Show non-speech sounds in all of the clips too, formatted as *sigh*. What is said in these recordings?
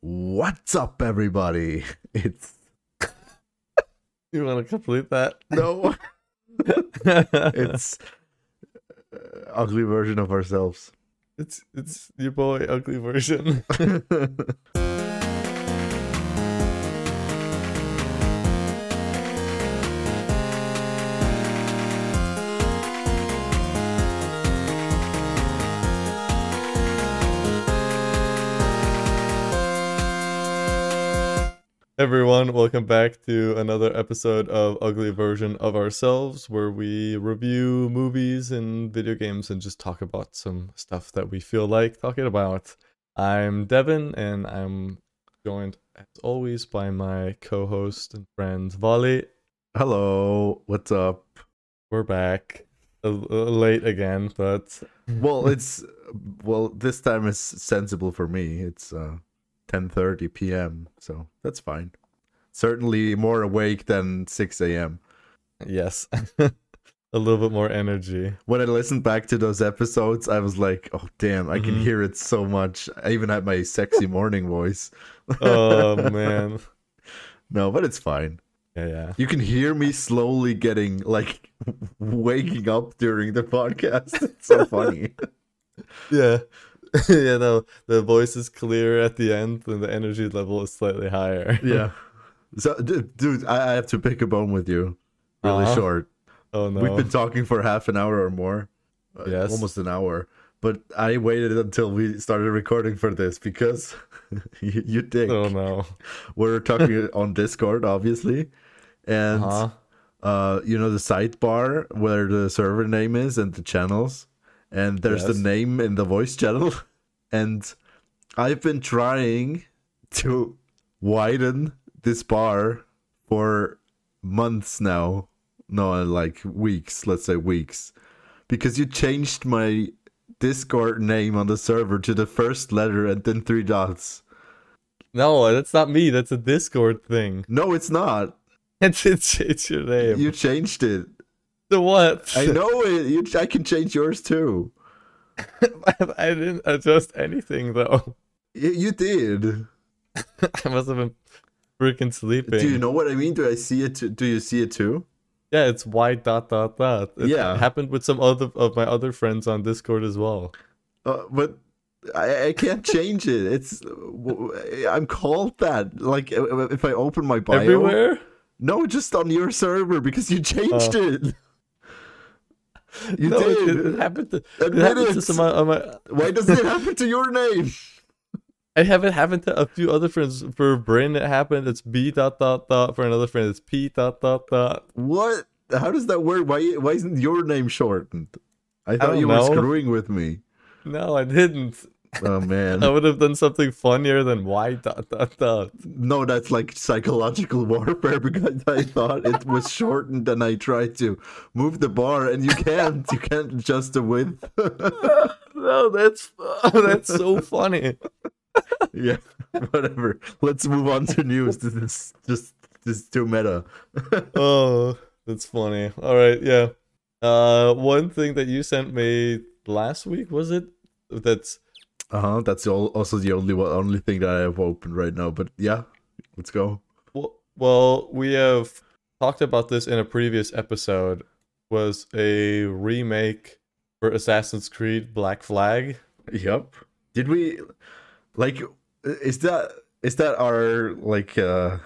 What's up, everybody? *laughs* It's You want to complete that? *laughs* no, *laughs* it's uh, ugly version of ourselves. *laughs* it's it's your boy ugly version. *laughs* Everyone, welcome back to another episode of Ugly Version of Ourselves, where we review movies and video games and just talk about some stuff that we feel like talking about. I'm Devin, and I'm joined, as always, by my co host and friend, Vali. Hello, what's up? We're back uh, uh, late again, but Well, it's well this time is sensible for me. It's uh 10:30 p.m. so that's fine. Certainly more awake than 6 a.m. yes, *laughs* a little bit more energy. When I listened back to those episodes, I was like, "Oh damn, I can Mhm. hear it so much." I even had my sexy morning voice. *laughs* Oh, man. No, but it's fine. Yeah, yeah. You can hear me slowly getting like waking up during the podcast. It's so funny. Yeah. *laughs* yeah, no. The voice is clear at the end and the energy level is slightly higher. yeah. So, d- dude, I-, I have to pick a bone with you. Really Uh-huh. short. *laughs* Oh no. We've been talking for half an hour or more. Uh, Yes. Almost an hour. But I waited until we started recording for this because *laughs* you, you dick. oh no. We're talking on Discord, obviously. And Uh-huh. uh, you know, the sidebar where the server name is and the channels, and there's the Yes. name in the voice channel. *laughs* And I've been trying to widen this bar for months now. No, like weeks, let's say weeks, because you changed my Discord name on the server to the first letter and then three dots. No, that's not me. That's a Discord thing. *laughs* No, it's not. It's it's, it's your name. You changed it. the what? *laughs* *laughs* I know it. You, I can change yours too. I didn't adjust anything though. *laughs* Y- you did. I must have been freaking sleeping. Do you know what I mean? Do I see it? t- Do you see it too? Yeah, it's white dot dot dot. It Yeah. happened with some other of my other friends on Discord as well. Uh, but I, I can't change it. It's w- w- I'm called that. Like uh, if I open my bio, Everywhere? no, just on your server because you changed it. You Oh. no, it- did. It, happened to, it Admit happened it. to some of my Why does *laughs* it happen to your name? I have it happen to a few other friends. For Bryn, it happened. It's B dot dot dot. For another friend, it's P dot dot dot. What? How does that work? Why? Why isn't your name shortened? I thought don't you know. were screwing with me. No, I didn't. Oh man. *laughs* I would have done something funnier than Y dot dot dot. No, that's like psychological *laughs* warfare because I thought it was shortened and I tried to move the bar and you can't. You can't adjust the width. No, that's *laughs* that's so funny. *laughs* yeah, whatever. Let's move on to news. This is just this is too meta. Oh, that's funny. All right, yeah. Uh, one thing that you sent me last week was it? That's Uh huh. That's all, also the only one, only thing that I have opened right now. But yeah, let's go. Well, well, we have talked about this in a previous episode. Was a remake for Assassin's Creed Black Flag. Yep. Did we like? Is that is that our like? uh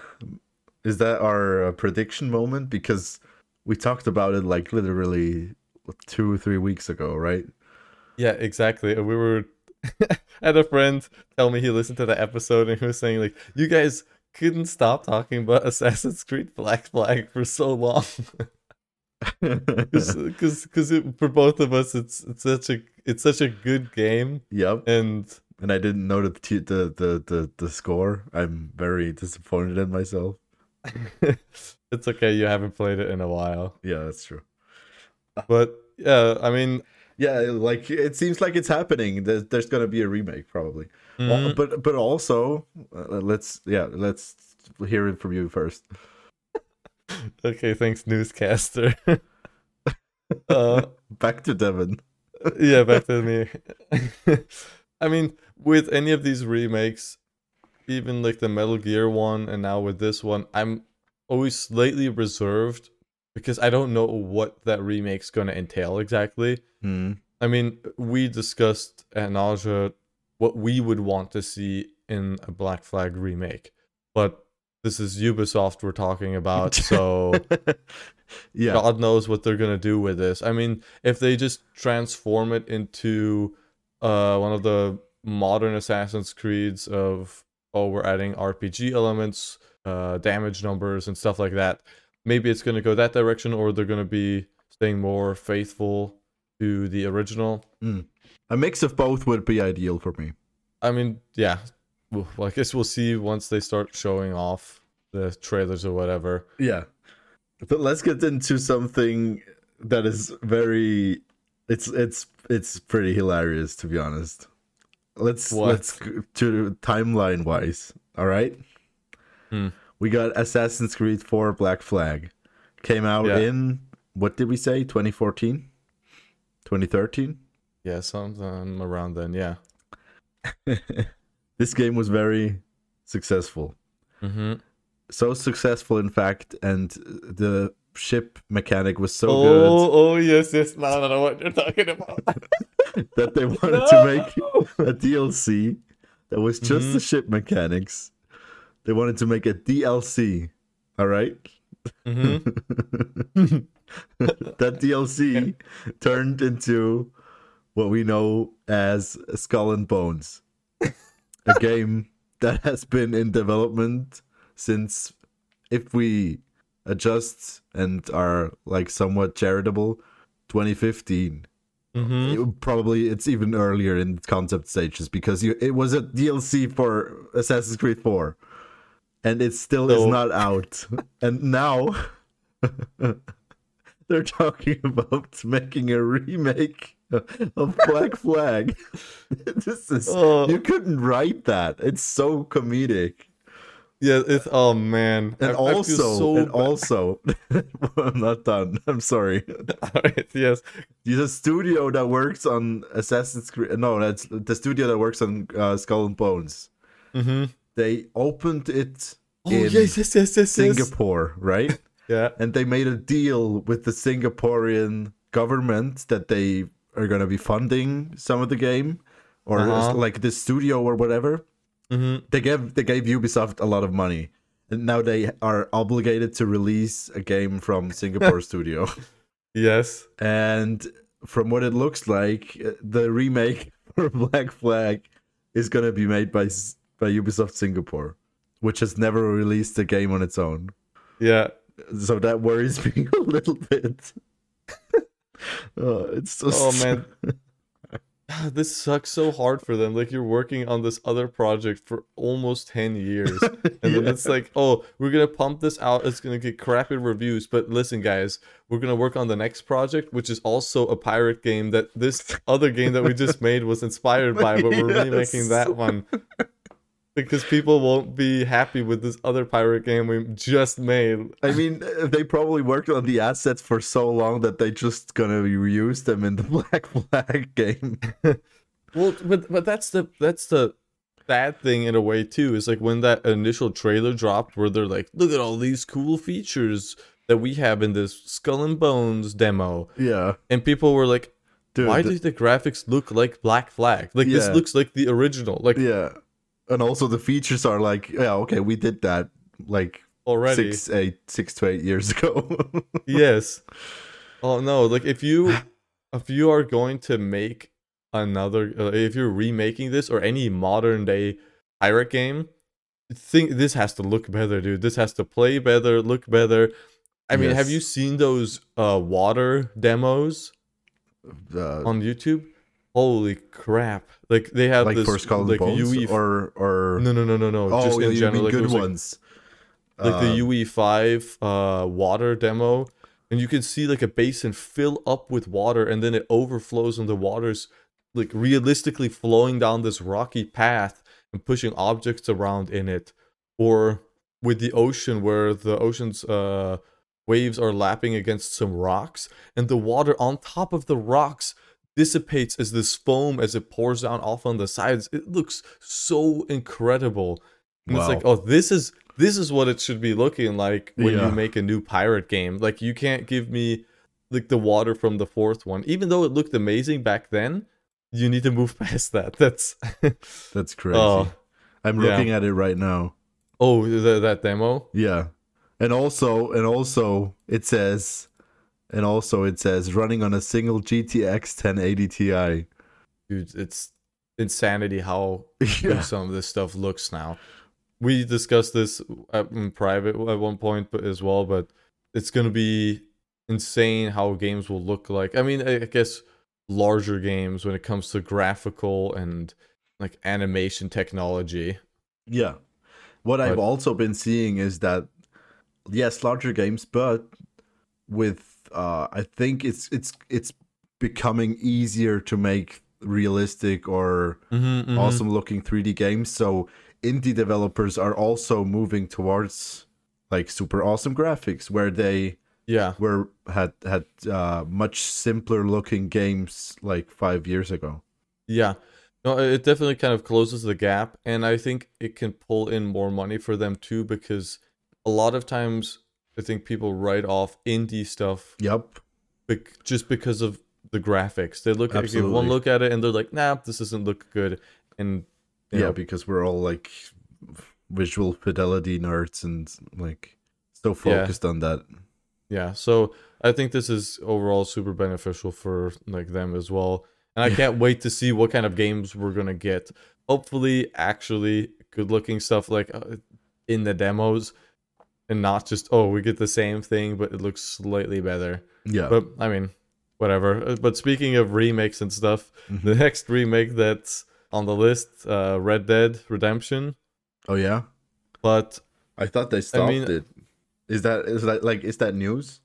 Is that our uh, prediction moment? Because we talked about it like literally two or three weeks ago, right? Yeah, exactly. And we were *laughs* I had a friend tell me he listened to the episode and he was saying like, "You guys couldn't stop talking about Assassin's Creed Black Flag for so long." *laughs* Because because for both of us, it's it's such a it's such a good game yep. and. And I didn't know the, t- the the the the score. I'm very disappointed in myself. it's okay, you haven't played it in a while. Yeah, that's true. But yeah, I mean, Yeah, like it seems like it's happening. There's, there's gonna be a remake probably. Al- mm, But but also, uh, let's yeah, let's hear it from you first. Okay, thanks, newscaster. *laughs* uh, Back to Devin. *laughs* yeah, back to me. I mean, with any of these remakes, even like the Metal Gear one, and now with this one, I'm always slightly reserved because I don't know what that remake's going to entail exactly. Hmm. I mean, we discussed at nausea what we would want to see in a Black Flag remake, but this is Ubisoft we're talking about, so *laughs* yeah. God knows what they're gonna do with this. I mean, if they just transform it into uh, one of the modern Assassin's Creeds of oh, we're adding RPG elements, uh, damage numbers, and stuff like that. Maybe it's gonna go that direction, or they're gonna be staying more faithful to the original. A mix of both would be ideal for me. I mean, yeah. Well, I guess we'll see once they start showing off the trailers or whatever. Yeah. But let's get into something that is very it's it's it's pretty hilarious to be honest. Let's What? let's go to timeline wise. All right? Hmm. We got Assassin's Creed 4 Black Flag. Came out Yeah. in what did we say? 2014? 2013? Yeah, sometime around then. Yeah. This game was very successful. Mm-hmm. So successful in fact and the ship mechanic was so good oh, oh, yes, yes. No, no, no. What you're talking about? that they *laughs* wanted *laughs* to make a DLC that was just the ship mechanics. They wanted to make a DLC. All right. Mm-hmm. *laughs* That DLC turned into what we know as Skull and Bones, a game that has been in development since, if we adjust and are like somewhat charitable, 2015. Mm-hmm. It- probably it's even earlier in concept stages because you it was a DLC for Assassin's Creed 4 and it still is So- not out. and now *laughs* they're talking about making a remake of Black Flag. *laughs* this is Oh, you couldn't write that. It's so comedic. yeah. It's oh man. And I- I feel also so and bad. also *laughs* I'm not done. I'm sorry. *laughs* All right, yes. There's a studio that works on Assassin's Creed. No, that's the studio that works on uh, Skull and Bones. Mm-hmm. They opened it Oh in yes, yes, yes, yes, yes. Singapore, right? *laughs* Yeah. And they made a deal with the Singaporean government that they are going to be funding some of the game or Uh-huh. like the studio or whatever. Mm-hmm. They gave they gave Ubisoft a lot of money. And now they are obligated to release a game from *laughs* Singapore studio. Yes. and from what it looks like, uh, the remake *laughs* for Black Flag is going to be made by S- by Ubisoft Singapore, which has never released a game on its own. Yeah. So that worries *laughs* me a little bit. *laughs* oh, it's so Oh *laughs* man. God, *sighs* This sucks so hard for them. Like you're working on this other project for almost ten years, and then Yeah. it's like, oh, we're gonna pump this out. It's gonna get crappy reviews, but listen, guys, we're gonna work on the next project, which is also a pirate game that this other game that we just made was inspired by, but we're remaking Yes. that one because people won't be happy with this other pirate game we just made. I mean, uh, they probably worked on the assets for so long that they just gonna reuse them in the *laughs* Black Flag game. *laughs* Well, but but that's the that's the bad thing in a way too. Is like when that initial trailer dropped, where they're like, "Look at all these cool features that we have in this Skull and Bones demo," yeah, and people were like, dude. "Why th- do the graphics look like Black Flag? Like this Yeah. looks like the original, like yeah, and also the features are like, yeah, okay, we did that like already." six eight six to eight years ago *laughs* yes. Oh no! Like if you if you are going to make another, uh, if you're remaking this or any modern day pirate game, think this has to look better, dude. This has to play better, look better. I mean, have Yes. you seen those uh, water demos uh, on YouTube? Holy crap! Like they have like this for skull and like bones UE or or no no no no no oh just yeah, in you general mean like, it good was, like, ones like Uh, the E UE5 uh, water demo, and you can see like a basin fill up with water, and then it overflows, and the water's like realistically flowing down this rocky path and pushing objects around in it, or with the ocean where the ocean's uh, waves are lapping against some rocks, and the water on top of the rocks dissipates as this foam as it pours down off on the sides. It looks so incredible And it's like, oh, this is this is what it should be looking like when Yeah. you make a new pirate game. Like you can't give me like the water from the fourth one, even though it looked amazing back then. You need to move *laughs* past that. That's that's crazy. oh I'm yeah. looking at it right now. oh th- that demo. Yeah. And also and also it says and also it says running on a single GTX 1080 Ti. *laughs* dude it's insanity how good yeah. some of this stuff looks now we discussed this uh, in private at one point but as well but it's gonna be insane how games will look like i mean i I guess larger games when it comes to graphical and like animation technology Yeah. What I've But- also been seeing is that yes, larger games, but with uh I think it's it's it's becoming easier to make realistic or mm-hmm, awesome looking 3D games. So indie developers are also moving towards like super awesome graphics where they yeah were had had uh, much simpler looking games like five years ago. Yeah. No, it it definitely kind of closes the gap, and I think it can pull in more money for them too, because a lot of times I think people write off indie stuff Yep. bec- just because of the graphics. They look at give one Absolutely. look at it and they're like, "Nah, this doesn't look good," and Yeah. you know, because we're all like visual fidelity nerds and like so focused on that. Yeah, so I think this is overall super beneficial for like them as well. And I Yeah. can't wait to see what kind of games we're gonna get. Hopefully, actually good looking stuff like uh, in the demos, and not just oh we get the same thing but it looks slightly better. Yeah. But I mean, whatever. Uh, But speaking of remakes and stuff, Mhm. the next remake that's on the list, uh, Red Dead Redemption. oh yeah. But I thought they stopped mean- it. Is that is that like is that news?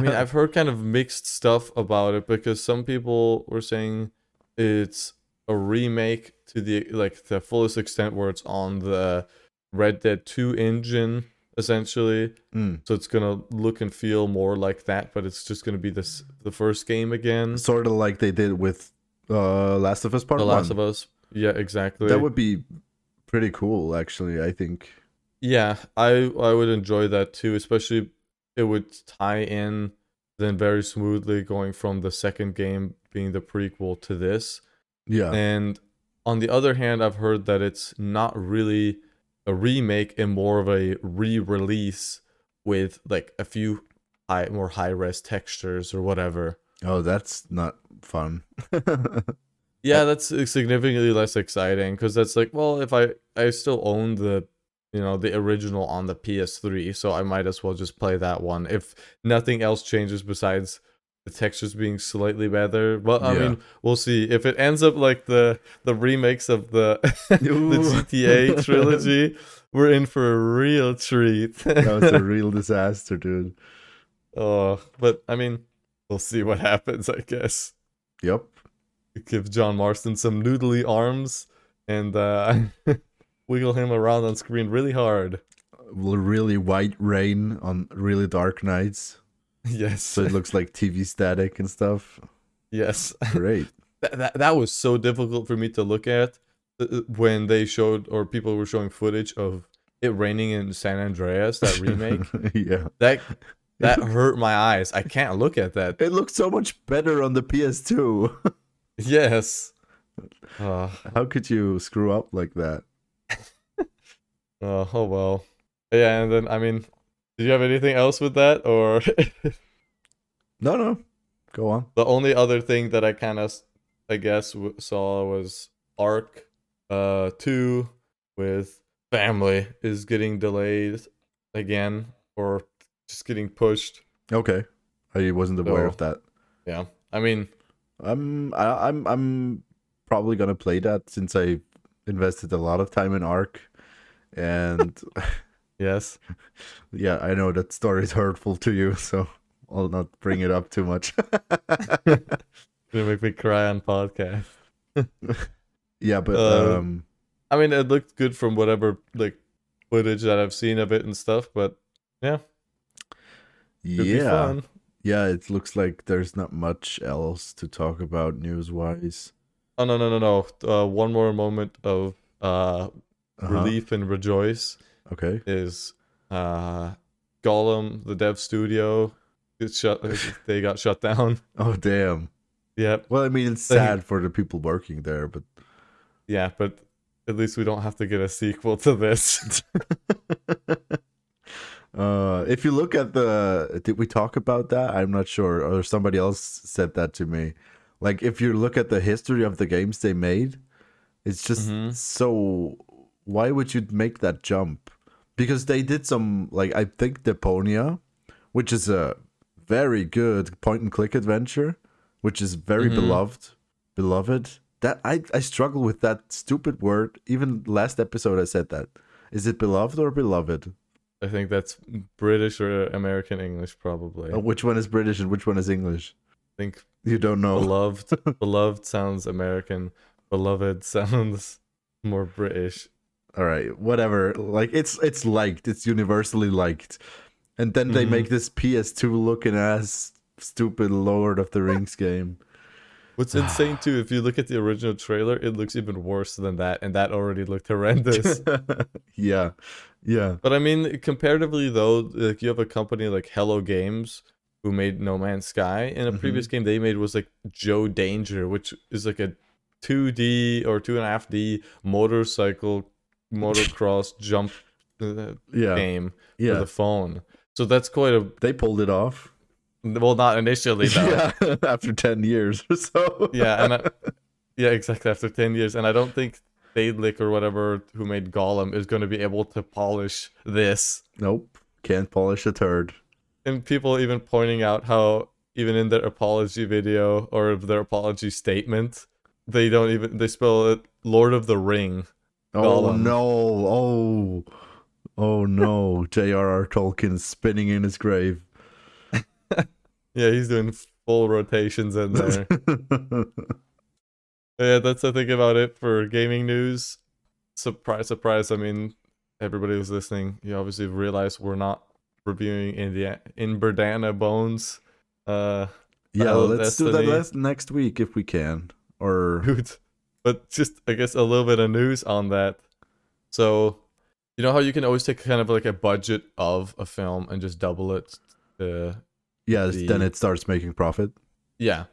*laughs* mean, I've heard kind of mixed stuff about it because some people were saying it's a remake to the like the fullest extent where it's on the Red Dead 2 engine essentially. Mm. So it's going to look and feel more like that, but it's just going to be this the first game again. Sort of like they did with uh, Last of Us Part The Last One. of Us. Yeah, exactly. That would be pretty cool, actually. I think. Yeah, I I would enjoy that too, especially it would tie in then very smoothly going from the second game being the prequel to this. Yeah. And on the other hand, I've heard that it's not really a remake and more of a re-release with like a few high, more high-res textures or whatever. Oh, that's not fun. *laughs* Yeah, that's uh, significantly less exciting because that's like, well, if I I still own the you know the original on the PS3, so I might as well just play that one if nothing else changes besides the textures being slightly better. Well, I Yeah. mean, we'll see if it ends up like the the remakes of the *laughs* the Ooh. *laughs* GTA trilogy. We're in for a real treat. *laughs* that was a real disaster, dude. oh, but I mean, we'll see what happens, I guess. Yep. give John Marston some noodly arms and uh, *laughs* wiggle him around on screen really hard. *laughs* Will Really white rain on really dark nights. Yes, So it looks like TV static and stuff. *laughs* yes. *laughs* Great. That, that, that was so difficult for me to look at uh, when they showed or people were showing footage of it raining in San *laughs* Andreas, that remake. yeah. that that hurt my eyes. I can't look at that. *laughs* It looked so much better on the *laughs* PS2. Yes. Uh, How could you screw up like that? uh, oh well. Yeah, and then I mean, did you have anything else with that or? *laughs* No, no. Go on. The only other thing that I kind of, I guess, w- saw was Arc, uh, two with family is getting delayed again or just getting pushed. Okay. I wasn't aware Oh. of that. Yeah, I mean, I'm I, I'm I'm probably gonna play that since I invested a lot of time in Ark, *laughs* and yes, yeah, I know that story is hurtful to you, *laughs* so I'll not bring it up too much. *laughs* gonna make me cry on podcast. yeah, but Uh, um, I mean, it looked good from whatever like footage that I've seen of it and stuff, but could be yeah, fun. yeah, it looks like there's not much else to talk about news wise. Oh no no no no! Uh, one more moment of uh Uh-huh. Relief and Rejoice Okay. is uh, Gollum, the dev studio. It shut, *laughs* they got shut down. *laughs* Oh damn. Yep. Well, I mean, it's Like- sad for the people working there, but Yeah, but at least we don't have to get a sequel to this. *laughs* uh, if you look at the, did we talk about that? I'm not sure, or somebody else said that to me. Like, if you look at the history of the games they made, it's just Mhm. so. Why would you make that jump? Because they did some, like I think Deponia, which is a very good point and click adventure, which is very Mhm. beloved, beloved. That I I struggle with that stupid word. Even last episode I said that. Is it beloved or beloved? I think that's British or American English, probably. Uh, Which one is British and which one is English? I think You don't know. beloved beloved sounds American. Beloved *laughs* sounds more British. All right, whatever. Like it's it's liked. It's universally liked. And then they Mhm. make this PS2 looking ass stupid Lord of the Rings game. What's insane too, if you look at the original trailer, it looks even worse than that, and that already *laughs* looked *laughs* horrendous. yeah. Yeah. but I mean, comparatively though, like you have a company like Hello Games who made No Man's Sky, and a Mhm. previous game they made was like Joe Danger, which is like a 2D or two and a half D motorcycle *laughs* motocross jump uh, Yeah. game for Yeah. the phone. So that's quite a They pulled it off. well, not initially though. *laughs* Yeah, after 10 years or so. *laughs* yeah, and I, yeah, exactly. After ten years, and I don't think Daedalic or whatever who made Gollum is going to be able to polish this. Nope. Can't polish a turd. And people even pointing out how even in their apology video or their apology statement, they don't even they spell it Lord of the Ring. Oh Gollum. no. Oh. Oh no. *laughs* J.R.R. Tolkien spinning in his grave. Yeah, he's doing full rotations *laughs* in there. yeah, that's I think about it for gaming news. Surprise, surprise! I mean, everybody who's listening, you obviously have realized we're not reviewing India in Berdana Bones. Uh, yeah, Battle of let's do that Destiny. last, next week if we can. Or *laughs* dude. But just I guess a little bit of news on that. So, you know how you can always take kind of like a budget of a film and just double it to yeah, The- then it starts making profit. Yeah.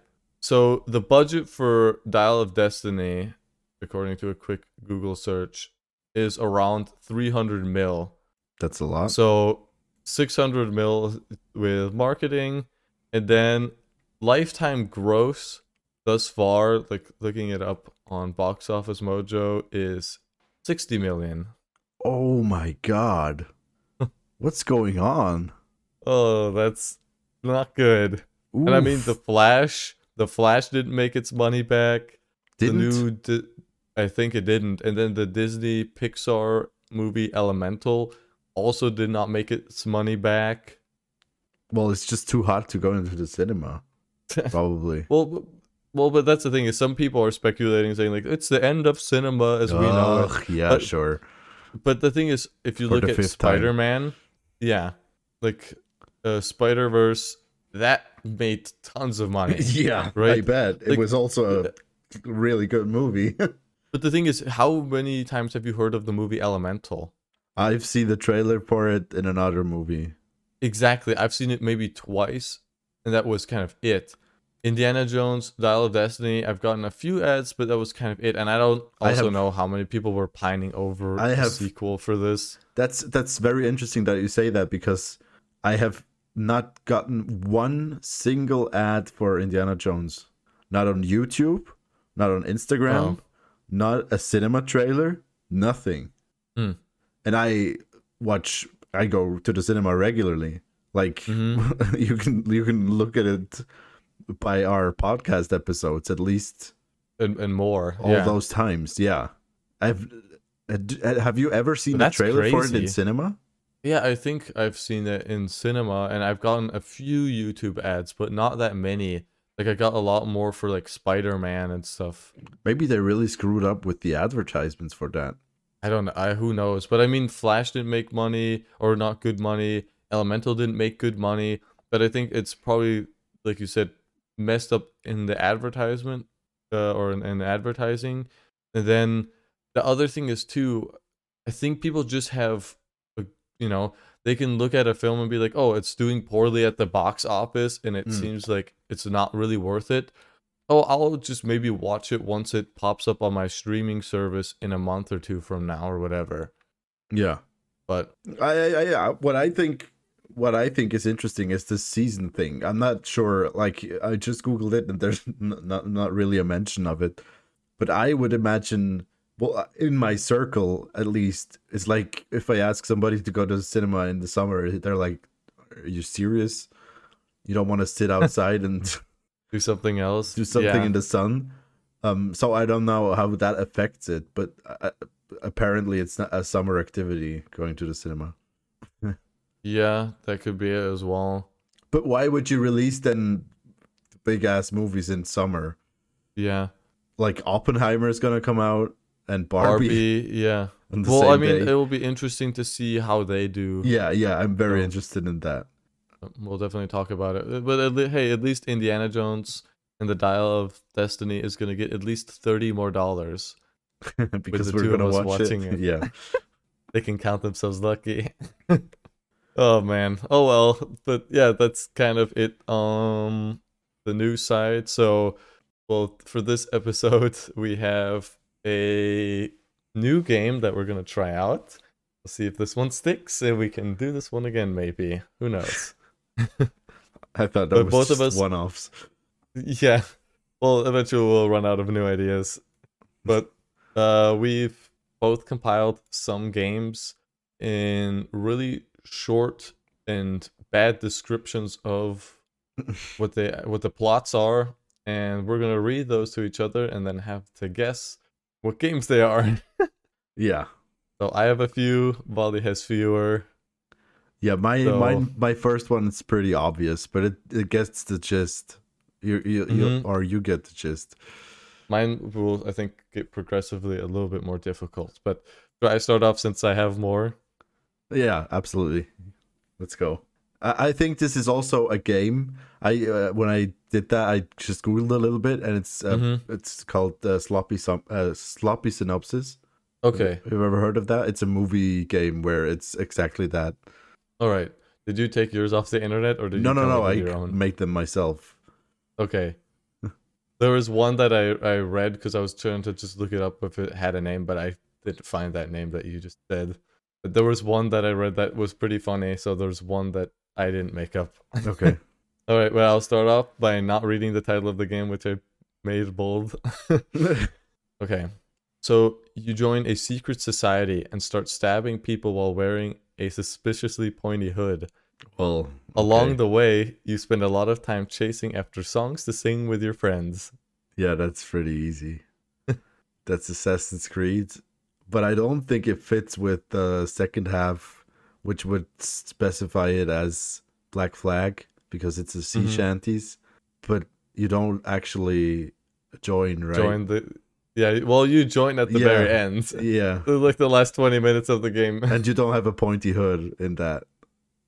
So the budget for Dial of Destiny, according to a quick Google search, is around 300 mil. That's a lot. So 600 mil with marketing, and then lifetime gross thus far, like looking it up on Box Office Mojo, is 60 million. oh my *laughs* god. What's going on? Oh, that's not good. And I mean, Oof, the Flash, the Flash didn't make its money back. didn't the new Di- I think it didn't. And then the Disney Pixar movie Elemental also did not make its money back. well, it's just too hot to go into the *laughs* cinema. Probably. Well, b- well, but that's the thing is some people are speculating saying like it's the end of cinema as we know it. Ugh, yeah, But- sure. *laughs* But the thing is if you For look the at fifth time. Spider-Man, yeah, like uh, Spider-Verse that made tons of money. *laughs* Yeah, I right? bet it Like- was also a really good movie. *laughs* But the thing is how many times have you heard of the movie Elemental? I've seen the trailer for it in another movie. Exactly. I've seen it maybe twice, and that was kind of it. Indiana Jones, Dial of Destiny. I've gotten a few ads, but that was kind of it. And I don't I also have- know how many people were pining over I a have- sequel for this. That's that's very interesting that you say that because I have not gotten one single ad for Indiana Jones. Not on YouTube, not on Instagram, Oh. not a cinema trailer, nothing. Hmm. And I watch I go to the cinema regularly. Like Mm-hmm. *laughs* you can you can look at it by our podcast episodes at least And, and more. all yeah. those times. Yeah, I've. uh, d- uh, Have you ever seen a That's trailer for it in crazy. cinema? yeah, I think I've seen it in cinema, and I've gotten a few YouTube ads, but not that many. Like, I got a lot more for like Spider Man and stuff. Maybe they really screwed up with the advertisements for that. I don't know. I who knows? But I mean, Flash didn't make money or not good money. Elemental didn't make good money. But I think it's probably like you said, messed up in the advertisement uh, or in, in advertising. And then the other thing is too, I think people just have, a, you know, they can look at a film and be like, oh, it's doing poorly at the box office and it Mm. seems like it's not really worth it. Oh, I'll just maybe watch it once it pops up on my streaming service in a month or two from now or whatever. Yeah. But I, I, I I- what I think what I think is interesting is this season thing. I'm not sure. Like I just googled it, and there's *laughs* n- not not really a mention of it. But I would imagine, well, uh, in my circle at least, it's like if I ask somebody to go to the cinema in the summer, they're like, "Are you serious? You don't want to *laughs* sit outside and do something else. do something in the sun?" Um, so I don't know how that affects it, but uh, apparently it's not a summer activity going to the cinema. Yeah, that could be it as well. But why would you release then big ass movies in summer? Yeah. Like Oppenheimer is gonna come out and Barbie. Barbie, yeah. *laughs* On the Well, same I mean, day. it will be interesting to see how they do. Yeah, yeah, I'm very Oh. interested in that. *laughs* We'll definitely talk about it. Uh, But at le- hey, at least Indiana Jones and the Dial of Destiny is going to get at least 30 more dollars. because the we're two of gonna us watch watching it. it. *laughs* Yeah. They can count themselves lucky. *laughs* oh man. Oh well. But yeah, that's kind of it um the news side. So well, for this episode, *laughs* we have a new game that we're going to try out. We'll see if this one sticks and we can do this one again maybe. Who knows? I thought that But was both of us- one offs. *laughs* Yeah. Well, eventually we'll run out of new ideas. But uh, we've both compiled some games in really short and bad descriptions of what they what the plots are, and we're gonna read those to each other and then have to guess what games they are. *laughs* Yeah. So I have a few, Bali has fewer. Yeah, my my So- my first one is pretty obvious, but it, it gets the gist. You you, you Mhm. or you get the gist. Mine will, I think, get progressively a little bit more difficult. But should I start off since I have more? Yeah, absolutely. Let's go. I, I think this is also a game. I uh, when I did that, I just googled a little bit, and it's uh, Mhm. it's called uh, sloppy Sum- uh, sloppy synopsis. Okay. Have you ever heard of that? It's a movie game where it's exactly that. All right. Did you take yours off the internet or did no, you no, come no. up with I your own? make them *laughs* myself. *laughs* Okay. there was one that I I read because I was trying to just look it up if it had a name, but I didn't find that name that you just said. But there was one that I read that was pretty funny, so there's one that I didn't make up. *laughs* Okay. All right, well, I'll start off by not reading the title of the game, which I made bold. *laughs* Okay. So you join a secret society and start stabbing people while wearing a suspiciously pointy hood. well, Along okay. the way, you spend a lot of time chasing after songs to sing with your friends. yeah, that's pretty easy. *laughs* that's Assassin's Creed, but I don't think it fits with the second half, which would specify it as Black Flag because it's a sea Mhm. shanties, but you don't actually join, right? Join the yeah. Well, you join at the Yeah. very end, Yeah, like the last twenty minutes of the game. and you don't have a pointy hood in that.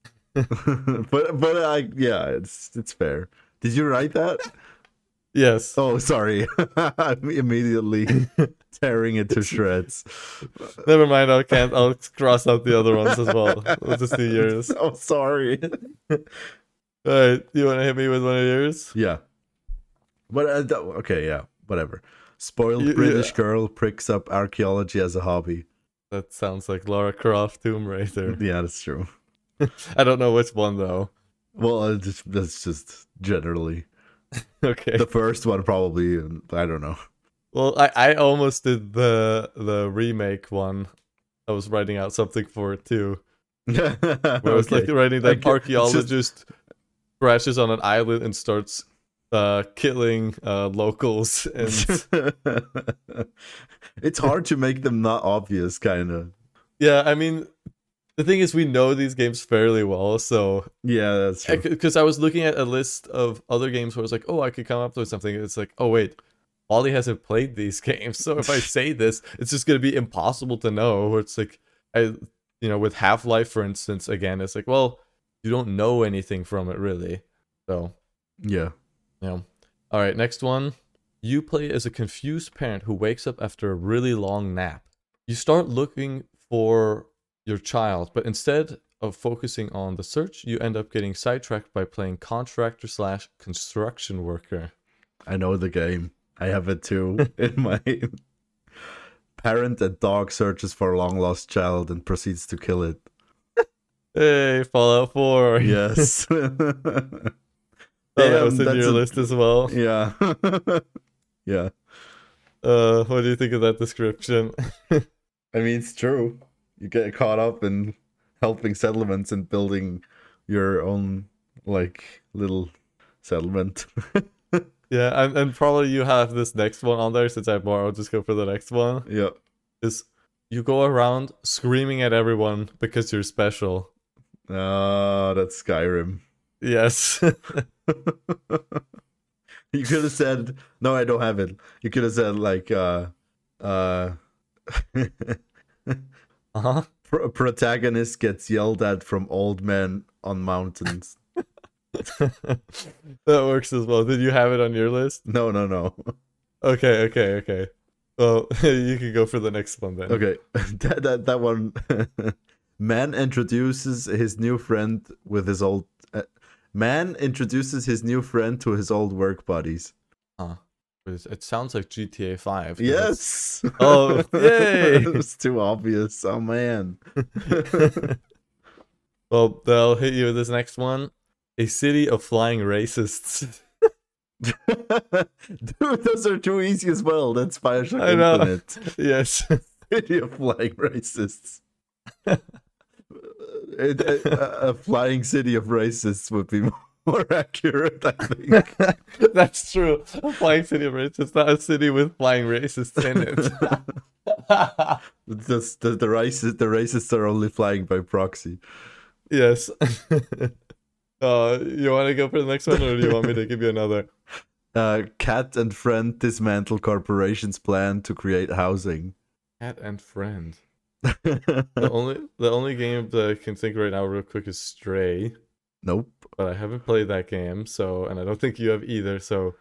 *laughs* but but I yeah, it's it's fair. Did you write that? *laughs* yes. Oh, sorry. *laughs* I'm immediately tearing it to shreds. Never mind. I can't. I'll *laughs* cross out the other ones as well. We'll just *laughs* do *laughs* yours. All Oh, sorry. right. You want to hit me with one of yours? Yeah. But uh, th- okay, yeah, whatever. Spoiled Y- yeah. British girl pricks up archaeology as a hobby. That sounds like Lara Croft *laughs* Tomb Raider. Yeah, that's true. I don't know which one though. *laughs* Well, uh, just, that's just generally Okay. the first one, probably. and I don't *laughs* know. Well, I, I almost did the the remake one. I was writing out something for it too. Where I *laughs* was like Okay. writing I get- that it's just- archaeologist crashes on an island and starts uh, killing uh, locals. *laughs* And it's hard to make them not obvious, kind of. yeah, I mean, the thing is, we know these games fairly well. So, Yeah, that's true. because I, was looking at a list of other games where I was like, oh, I could come up with something. It's like, oh, wait. Ollie hasn't played these *laughs* games, *laughs* so if I say this, it's just gonna be impossible to know. Where it's like, I, you know, with Half Life, for instance, again, it's like, well, you don't know anything from it really. So Yeah. Yeah. All right, next one. You play as a confused parent who wakes up after a really long nap. You start looking for your child. But instead of focusing on the search, you end up getting sidetracked by playing contractor slash construction worker. I know the game. I have it *laughs* too in my parent and dog searches for a long lost child and proceeds to kill *laughs* it. Hey, Fallout 4. *laughs* Yes. Oh, that *laughs* was Damn, in that's your a- list as *laughs* well. *laughs* yeah. *laughs* yeah. Uh, what do you think of that description? *laughs* I mean, it's true. You get caught up in helping settlements and building your own like little settlement. *laughs* yeah, and, and probably you have this next one on there since I borrowed. Just go for the next one. yeah. Is you go around screaming at everyone because you're special. Ah, that's Skyrim. Yes. *laughs* *laughs* You could have said, "No, I don't have it." You could have said like, uh, uh, *laughs* uh-huh. *laughs* pro- protagonist gets yelled at from old men on mountains. that works as well. Did you have it on your list? no, no, no. *laughs* Okay, okay, okay. Well, *laughs* you can go for the next one then. Okay, *laughs* that that that one. *laughs* man introduces his new friend with his old. Uh, man introduces his new friend to his old work buddies. Huh. It it sounds like GTA 5. 'cause it's- Yes. Oh, *laughs* yay. it was too obvious. Oh *laughs* man. well, they'll hit you with this next one. A city of flying racists. *laughs* *laughs* Dude, those are too easy as well. That's Bioshock I know. Infinite. *laughs* yes. *laughs* City of flying racists. *laughs* It- it- a, a flying city of racists would be *laughs* more accurate, I think. *laughs* That's true. A flying city of racists, not a city with flying racists in *laughs* it. the, the, the, racist, the racists are only flying by proxy. yes. *laughs* uh, you want to go for the next one, or do you want me to give you another? Uh, cat and friend dismantle corporation's plan to create housing. *laughs* *laughs* Cat and friend. *laughs* The only the only game that I can think of right now, real quick, is Stray, nope. but I haven't played that game, so and I don't think you have either. So,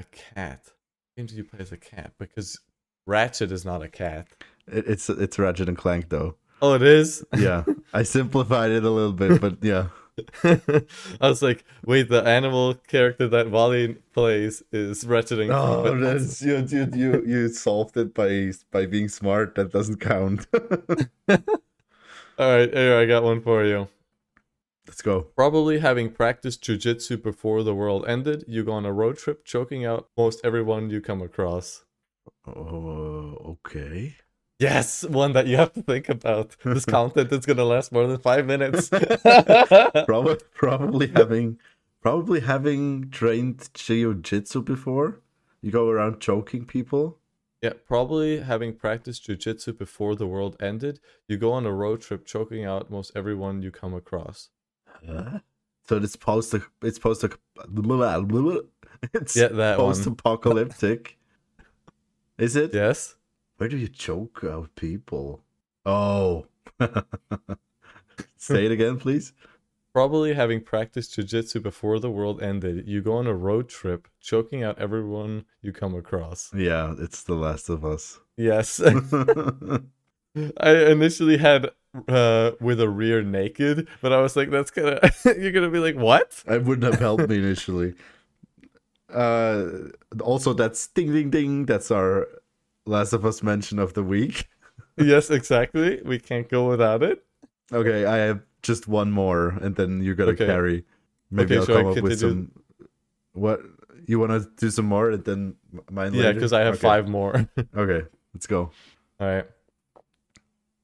a cat. What game do you play as a cat? Because Ratchet is not a cat. It, it's it's Ratchet and Clank though. Oh, it is. *laughs* Yeah, I simplified it a little bit, but yeah. I was like, wait, the animal character that Wally plays is *laughs* Ratchet and Clank, Oh, but that's you, you, you, you solved it by by being smart. That doesn't count. *laughs* All right, here I got one for you. Let's go. Probably having practiced jujitsu before the world ended, you go on a road trip, choking out most everyone you come across. Oh, okay. Yes, one that you have to think about. *laughs* This content is gonna last more than five minutes. Probably, *laughs* probably having, probably having trained jiu-jitsu before. You go around choking people. *laughs* yeah, probably having practiced jujitsu before the world ended, you go on a road trip, choking out most everyone you come across. Huh? So it's post. It's post. *laughs* It's Yeah, that *laughs* one. post-apocalyptic. Is it? Yes. Where do you choke out people? Oh. *laughs* Say it again, please. Probably having practiced jujitsu before the world ended, you go on a road trip, choking out everyone you come across. Yeah, it's The Last of Us. *laughs* *laughs* Yes. I initially had uh, with a rear naked, but I was like, that's gonna, *laughs* you're gonna be like, what? I wouldn't have helped me initially. Uh, also, that's ding ding ding. That's our Last of Us mention of the week. yes, exactly. We can't go without it. Okay, I have just one more, and then you're gonna Okay. carry. Maybe Okay, I'll shall I come up with continue? some. What you want to do some more, and then mine Yeah, later? because I have Okay. five more. *laughs* Okay, let's go. All right.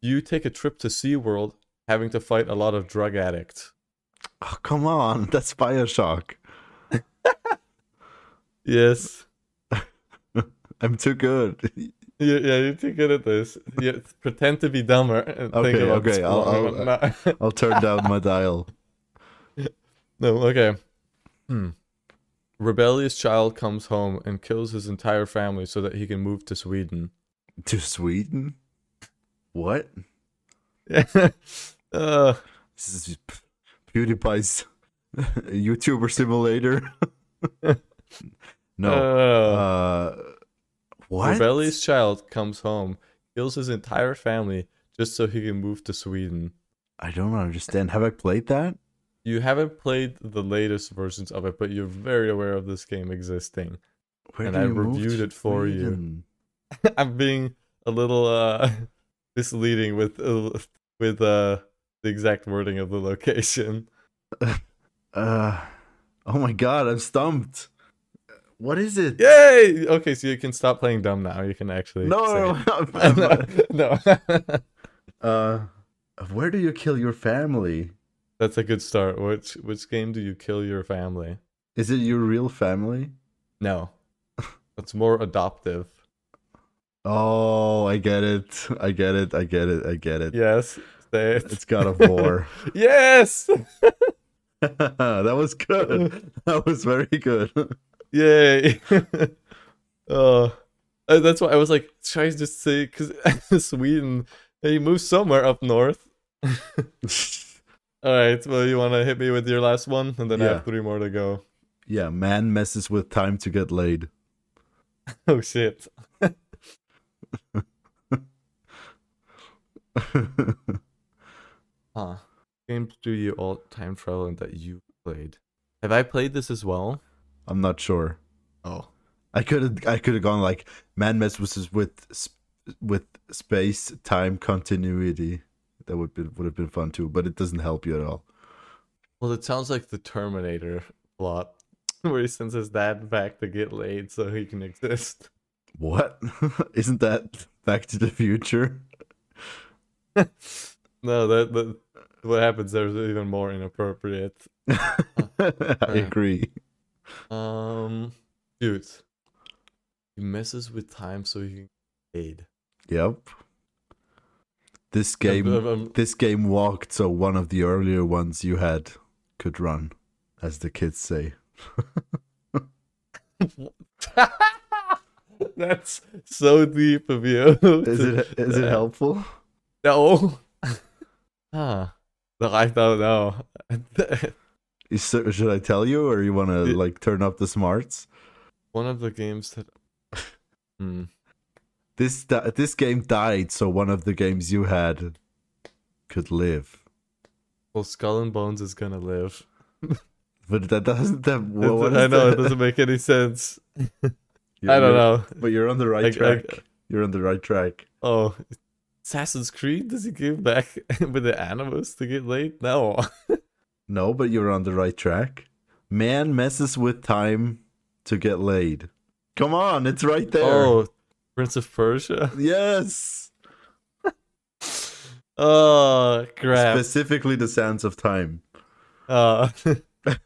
You take a trip to SeaWorld, having to fight a lot of drug addicts. Oh, come on, *laughs* that's Bioshock. Yes. I'm too good. *laughs* Yeah, yeah, you're too good at this. Yeah, pretend to be dumber and think Okay, about okay, I'll- I'll- exploring and whatnot. I'll turn down my dial. *laughs* No, okay. Hmm. Rebellious child comes home and kills his entire family so that he can move to Sweden. To Sweden? What? *laughs* uh, This is P- PewDiePie's *laughs* YouTuber simulator. *laughs* no. Uh, uh, what? Rebellious child comes home, kills his entire family just so he can move to Sweden. I don't understand. Have I played that? You haven't played the latest versions of it, but you're very aware of this game existing. *laughs* Where And do I you move reviewed to it for you. Sweden? I'm being a little uh *laughs* misleading with uh, with uh the exact wording of the location. *laughs* Uh, oh my god, I'm stumped. What is it? Yay! Okay, so you can stop playing dumb now. You can actually No, say *laughs* no, it. no. *laughs* no. uh, where do you kill your family? That's a good start. Which which game do you kill your family? Is it your real family? No. That's more adoptive. Oh, I get it. I get it. I get it. I get it. Yes. Say it. It's God of War. *laughs* yes. *laughs* that was good. That was very good. *laughs* Yay. *laughs* oh. Uh, That's why I was like, should I just say, because *laughs* Sweden, he moves somewhere up north. All right. Well, you want to hit me with your last one? And then I Yeah. have three more to go. *laughs* yeah, man messes with time to get laid. *laughs* Oh, shit. Huh. Games do you all time travel and that you played? Have I played this as well? I'm not sure. Oh. I could have I could have gone like man messes with sp- with space time continuity. That would be would have been fun too, but it doesn't help you at all. Well, it sounds like the Terminator plot, *laughs* where he sends his dad back to get laid so he can exist. What? *laughs* Isn't that Back to the Future? *laughs* No, that, that what happens there is even more inappropriate. I agree. Um, dude, he messes with time so he can get laid. Yep. This I'm- game I'm- *laughs* this game walked so one of the earlier ones you had could run, as the kids say. that's so deep of you. Is it is it Yeah. helpful? *laughs* No. huh. No, I don't know. *laughs* Is, so- should I tell you or you want to Yeah. like turn up the smarts? One of the games that. *laughs* Hmm. This di- this game died so one of the games you had could live. Well, Skull and Bones is gonna live. But that doesn't that what, what It's- I is know it that? doesn't make *laughs* any sense. You're- I don't you're- know. But you're on the right I- I- track. you're on the right track. Oh, Assassin's Creed? Does he give back *laughs* with the animals to get laid? No. No, but you're on the right track. Man messes with time to get laid. Come on, it's right there. Oh, Prince of Persia. Yes. Oh crap. Specifically the sands of time. *laughs* Uh, *laughs*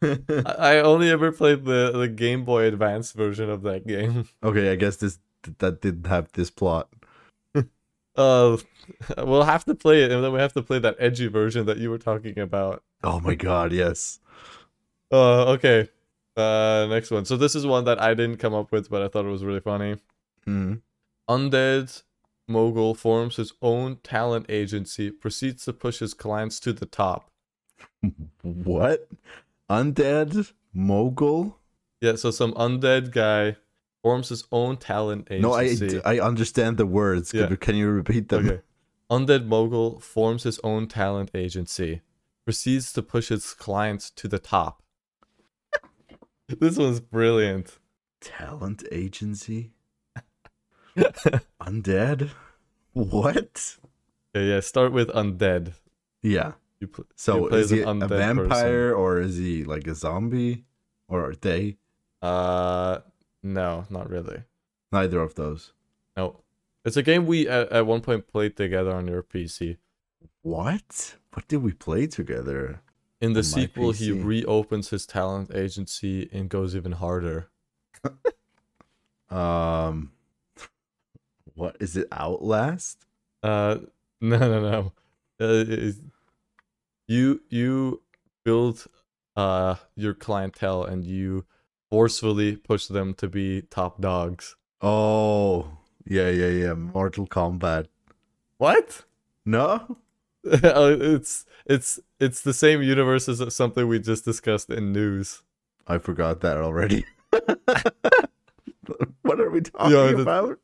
I I only ever played the, the Game Boy Advance version of that game. okay, I guess this that didn't have this plot. Uh, we'll have to play it, and then we have to play that edgy version that you were talking about. Oh my god, yes. Uh, okay. Uh, next one. So this is one that I didn't come up with, but I thought it was really funny. Hmm. Undead mogul forms his own talent agency, proceeds to push his clients to the top. What? Undead mogul? Yeah, so some undead guy forms his own talent No, I uh, agency. I understand the words. Yeah. Can- Can you repeat them? Okay. Undead mogul forms his own talent agency, proceeds to push his clients to the top. *laughs* this one's brilliant. Talent agency? *laughs* Undead? What? Yeah, yeah. Start with undead. Yeah. You pl- So you play is as he a undead person. vampire or is he like a zombie or are they? Uh, no, not really. Neither of those. No, it's a game we at, at one point played together on your PC. What? What did we play together? In the On my sequel, he PC. reopens his talent agency and goes even harder. Um, what is it? Outlast? Uh, *laughs* no, no, no. Uh, it- you you build uh your clientele and you forcefully push them to be top dogs. *laughs* Oh, yeah, yeah, yeah. Mortal Kombat. What? No, Uh, it's it's it's the same universe as something we just discussed in news. I forgot that already. *laughs* what are we talking Yeah, that- about?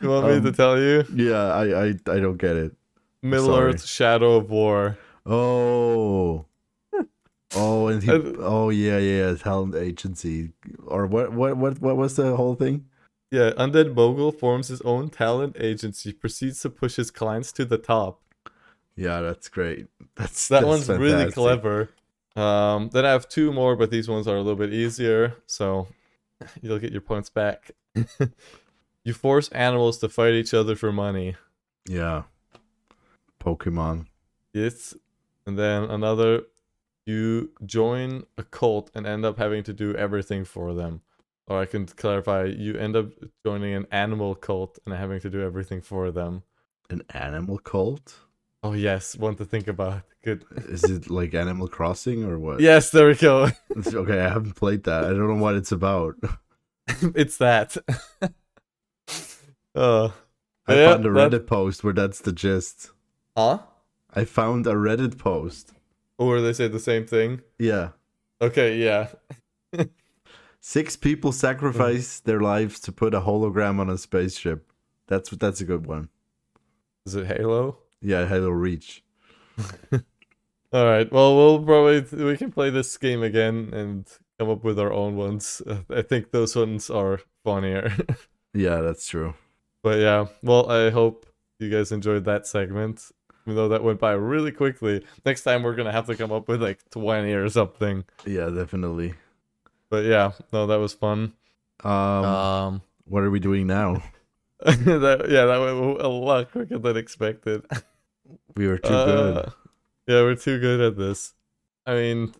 You want me to Um, tell you? Yeah, I, I, I don't get it. Middle sorry. Earth Shadow of War. Oh. Oh, *laughs* and he, Uh, oh yeah, yeah, talent agency, or what? What? What? What was the whole thing? Yeah, Undead Mogul forms his own talent agency, proceeds to push his clients to the top. Yeah, that's great. That's That that's one's really fantastic. clever. Um, then I have two more, but these ones are a little bit easier, so you'll get your *laughs* points back. you force animals to fight each other for money. Yeah, Pokemon. Yes. And then another, you join a cult and end up having to do everything for them. Or I can clarify, you end up joining an animal cult and having to do everything for them. An animal cult? Oh, yes, one to think about. Good. Is *laughs* it like Animal Crossing or what? Yes, there we go. *laughs* It's- Okay, I haven't played that. I don't know what it's about. *laughs* it's that. *laughs* uh, I Yeah, found a that- Reddit post where that's the gist. huh? I found a Reddit post. Or they say the same thing. Yeah. Okay, yeah. Six people Mm. sacrifice their lives to put a hologram on a spaceship. That's that's a good one. Is it Halo? Yeah, Halo Reach. All right. Well, we'll probably we can play this game again and come up with our own ones. Uh, I think those ones are funnier. *laughs* Yeah, that's true. but yeah. Well, I hope you guys enjoyed that segment. Even though that went by really quickly. Next time we're gonna have to come up with like twenty or something. Yeah, definitely. But yeah, no, that was fun. Um, Um, what are we doing now? *laughs* that, yeah, that went a lot quicker than expected. We were too Uh, good. Yeah, we're too good at this. I mean,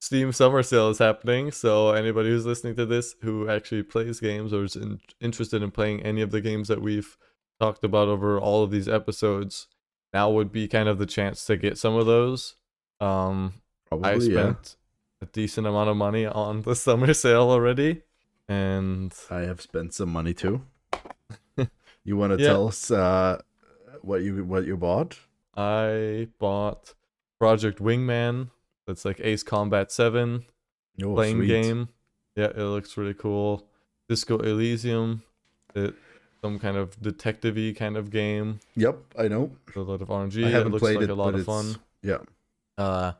Steam Summer Sale is happening, so anybody who's listening to this who actually plays games or is in- interested in playing any of the games that we've talked about over all of these episodes, now would be kind of the chance to get some of those. Um, Probably, I spent a decent amount of money on the *laughs* summer sale already, and yeah. I have spent some money too. *laughs* you want to Yeah. tell us uh, what you what you bought? I bought Project Wingman. That's like Ace Combat Seven. Oh, playing sweet. game. Yeah, it looks really cool. Disco Elysium, it some kind of detective-y kind of game. Yep, I know. with A lot of RNG. I It haven't looks played like it, a lot but of it's fun. yeah. Uh,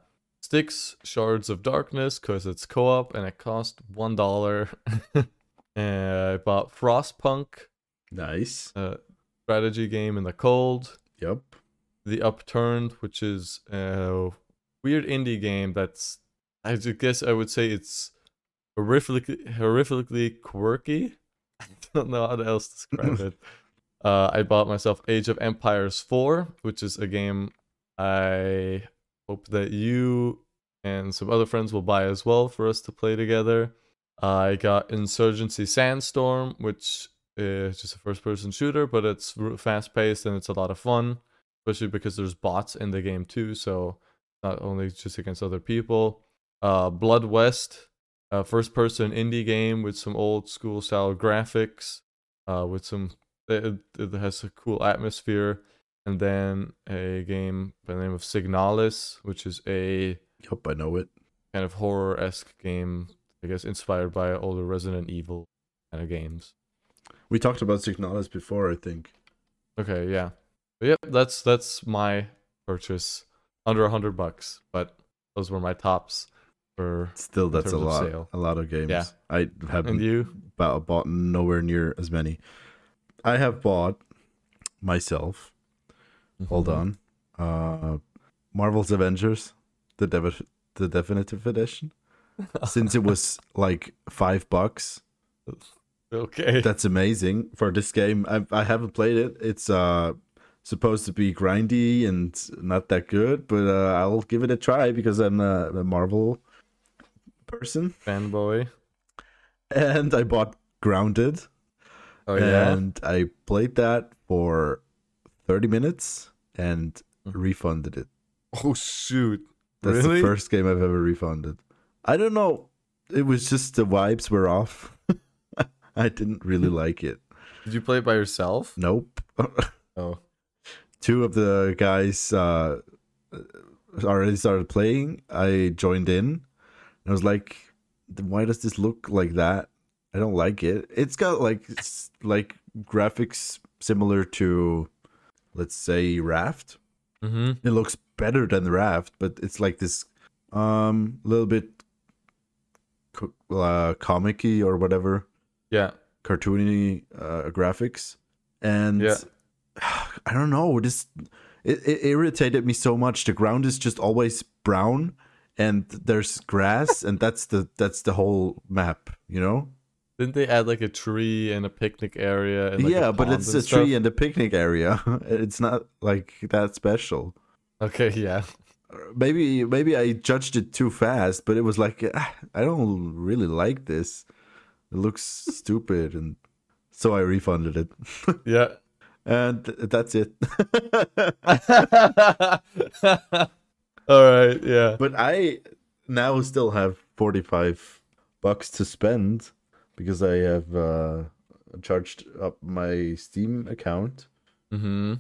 Sticks Shards of Darkness because it's co-op and it cost one dollar. *laughs* and I bought Frostpunk, Nice. uh, strategy game in the cold. Yep. The Upturned, which is a weird indie game that's, I ju- guess I would say it's horrifically, horrifically quirky. *laughs* I don't know how to else describe it. Uh, I bought myself Age of Empires 4, which is a game I hope that you and some other friends will buy as well for us to play together. I got Insurgency Sandstorm, which is just a first person shooter, but it's fast paced and it's a lot of fun especially because there's bots in the game too. So not only just against other people. Uh, Blood West, a first-person indie game with some old school style graphics, uh, with some it, it has a cool atmosphere, and then a game by the name of Signalis, which is a Yep, I know it. kind of horror-esque game, I guess inspired by older Resident Evil kind of games. We talked about Signalis before, I think. Okay, yeah. But yep, that's that's my purchase. Under a hundred bucks, but those were my tops for Still, that's a terms of lot. sale. A lot of games. Yeah. I and haven't you? bought, bought nowhere near as many. I have bought myself. Hold on. Mm-hmm. Uh, Marvel's Avengers, the dev- the definitive *laughs* edition. Since it was like five bucks, *laughs* Okay. that's amazing for this game. I I haven't played it. It's uh supposed to be grindy and not that good, but uh, I'll give it a try because I'm a, a Marvel person. *laughs* Fanboy. And I bought Grounded, Oh yeah. and I played that for thirty minutes and refunded it. Oh shoot. That's Hmm. really? the first game I've ever refunded. I don't know. It was just the vibes were off. *laughs* I didn't really like it. Did you play it by yourself? Nope. *laughs* Oh. Two of the guys uh, already started playing. I joined in. I was like, "Why does this look like that? I don't like it. It's got like s- like graphics similar to, let's say, Raft, Mm-hmm. It looks better than Raft, but it's like this um little bit co- uh, comic-y or whatever Yeah. cartoony uh, graphics and Yeah. *sighs* i don't know this it, it irritated me so much the ground is just always brown and there's grass and that's the that's the whole map you know Didn't they add like a tree and a picnic area? And, like, yeah a but pond it's and a stuff? tree and a picnic area *laughs* it's not like that special Okay, *laughs* yeah. maybe maybe i judged it too fast but it was like "Ah, i don't really like this it looks stupid and so i refunded it *laughs* Yeah. *laughs* and th- that's it *laughs* All right, yeah. but I now still have 45 bucks to spend because I have uh, charged up my Steam account. Mm-hmm.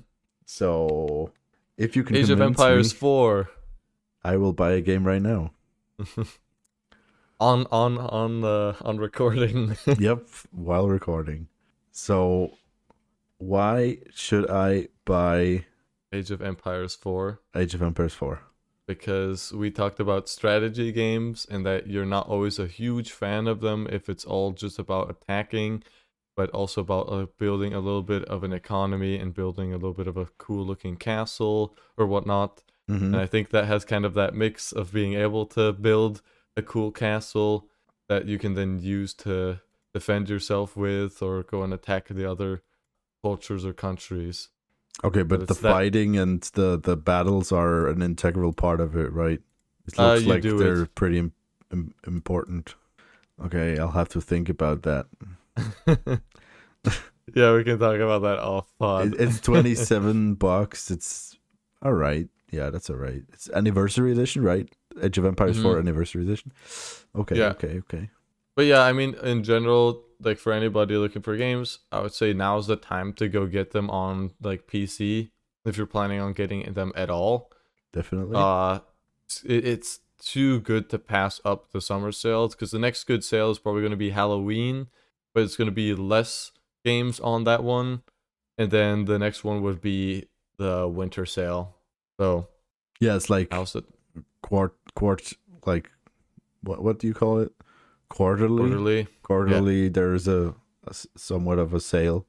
So if you can Age of convince Empires me, 4 I will buy a game right now. *laughs* on on on uh, on recording. *laughs* yep, while recording. So why should I buy Age of Empires 4 Age of Empires 4? because we talked about strategy games and that you're not always a huge fan of them if it's all just about attacking but also about uh, building a little bit of an economy and building a little bit of a cool looking castle or whatnot Mhm. and I think that has kind of that mix of being able to build a cool castle that you can then use to defend yourself with or go and attack the other cultures or countries. Okay, but, but the it's that- fighting and the, the battles are an integral part of it, right? It Uh, looks you like do they're pretty im- im- important. Okay, I'll have to think about that. *laughs* yeah, we can talk about that off pod. It- *laughs* it's 27 bucks. It's all right. Yeah, that's all right. It's anniversary edition, right? Edge of Empires 4 Mhm. anniversary edition. Okay, Yeah. okay, okay. But yeah, I mean, in general, like for anybody looking for games, I would say now's the time to go get them on like PC if you're planning on getting them at all. Definitely. Uh, s- it, it's too good to pass up the summer sales because the next good sale is probably going to be Halloween, but it's going to be less games on that one, and then the next one would be the winter sale. So yeah, it's like how's it quart quart like what what do you call it? Quarterly. Quarterly, quarterly? there's a, a s- somewhat of a sale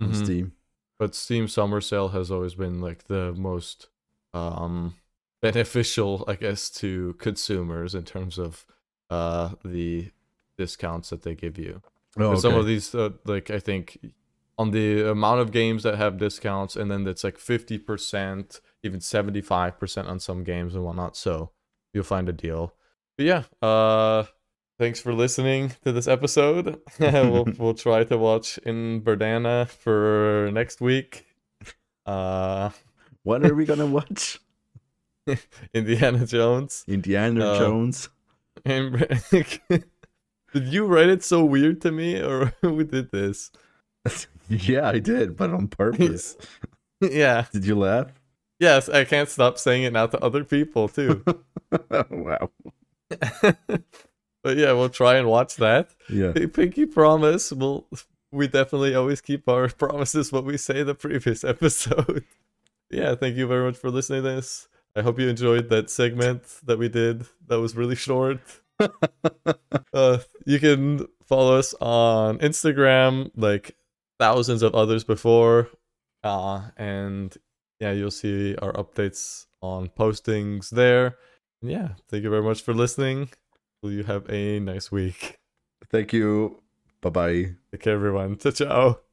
on Mhm. Steam. But Steam summer sale has always been like the most um *laughs* beneficial, I guess, to consumers in terms of uh the discounts that they give you. Oh, 'Cause Some okay. of these, uh, like I think, on the amount of games that have discounts, and then it's like fifty percent, even seventy-five percent on some games and whatnot. So you'll find a deal. But yeah, uh, thanks for listening to this episode. *laughs* *laughs* we'll we'll try to watch in Verdana for next week. Uh, *laughs* What are we gonna watch? Indiana *laughs* Jones. Indiana Uh, Jones. And *laughs* did you write it so weird to me, or *laughs* who did this? *laughs* yeah, I did, but *laughs* on purpose. *laughs* Yeah. did you laugh? *laughs* Yes, I can't stop saying it now to other people too. wow. but yeah, we'll try and watch that. Yeah. Hey, Pinky promise. We'll we definitely always keep our *laughs* promises what we say the previous *laughs* episode. yeah, thank you very much for listening to this. I hope you enjoyed that segment that we did. That was really short. uh, you can follow us on Instagram, like thousands of others before. Uh, and yeah, you'll see our updates on postings there. And yeah, thank you very much for listening. Will you have a nice week? Thank you. Bye bye. Take care, everyone. Ciao, ciao.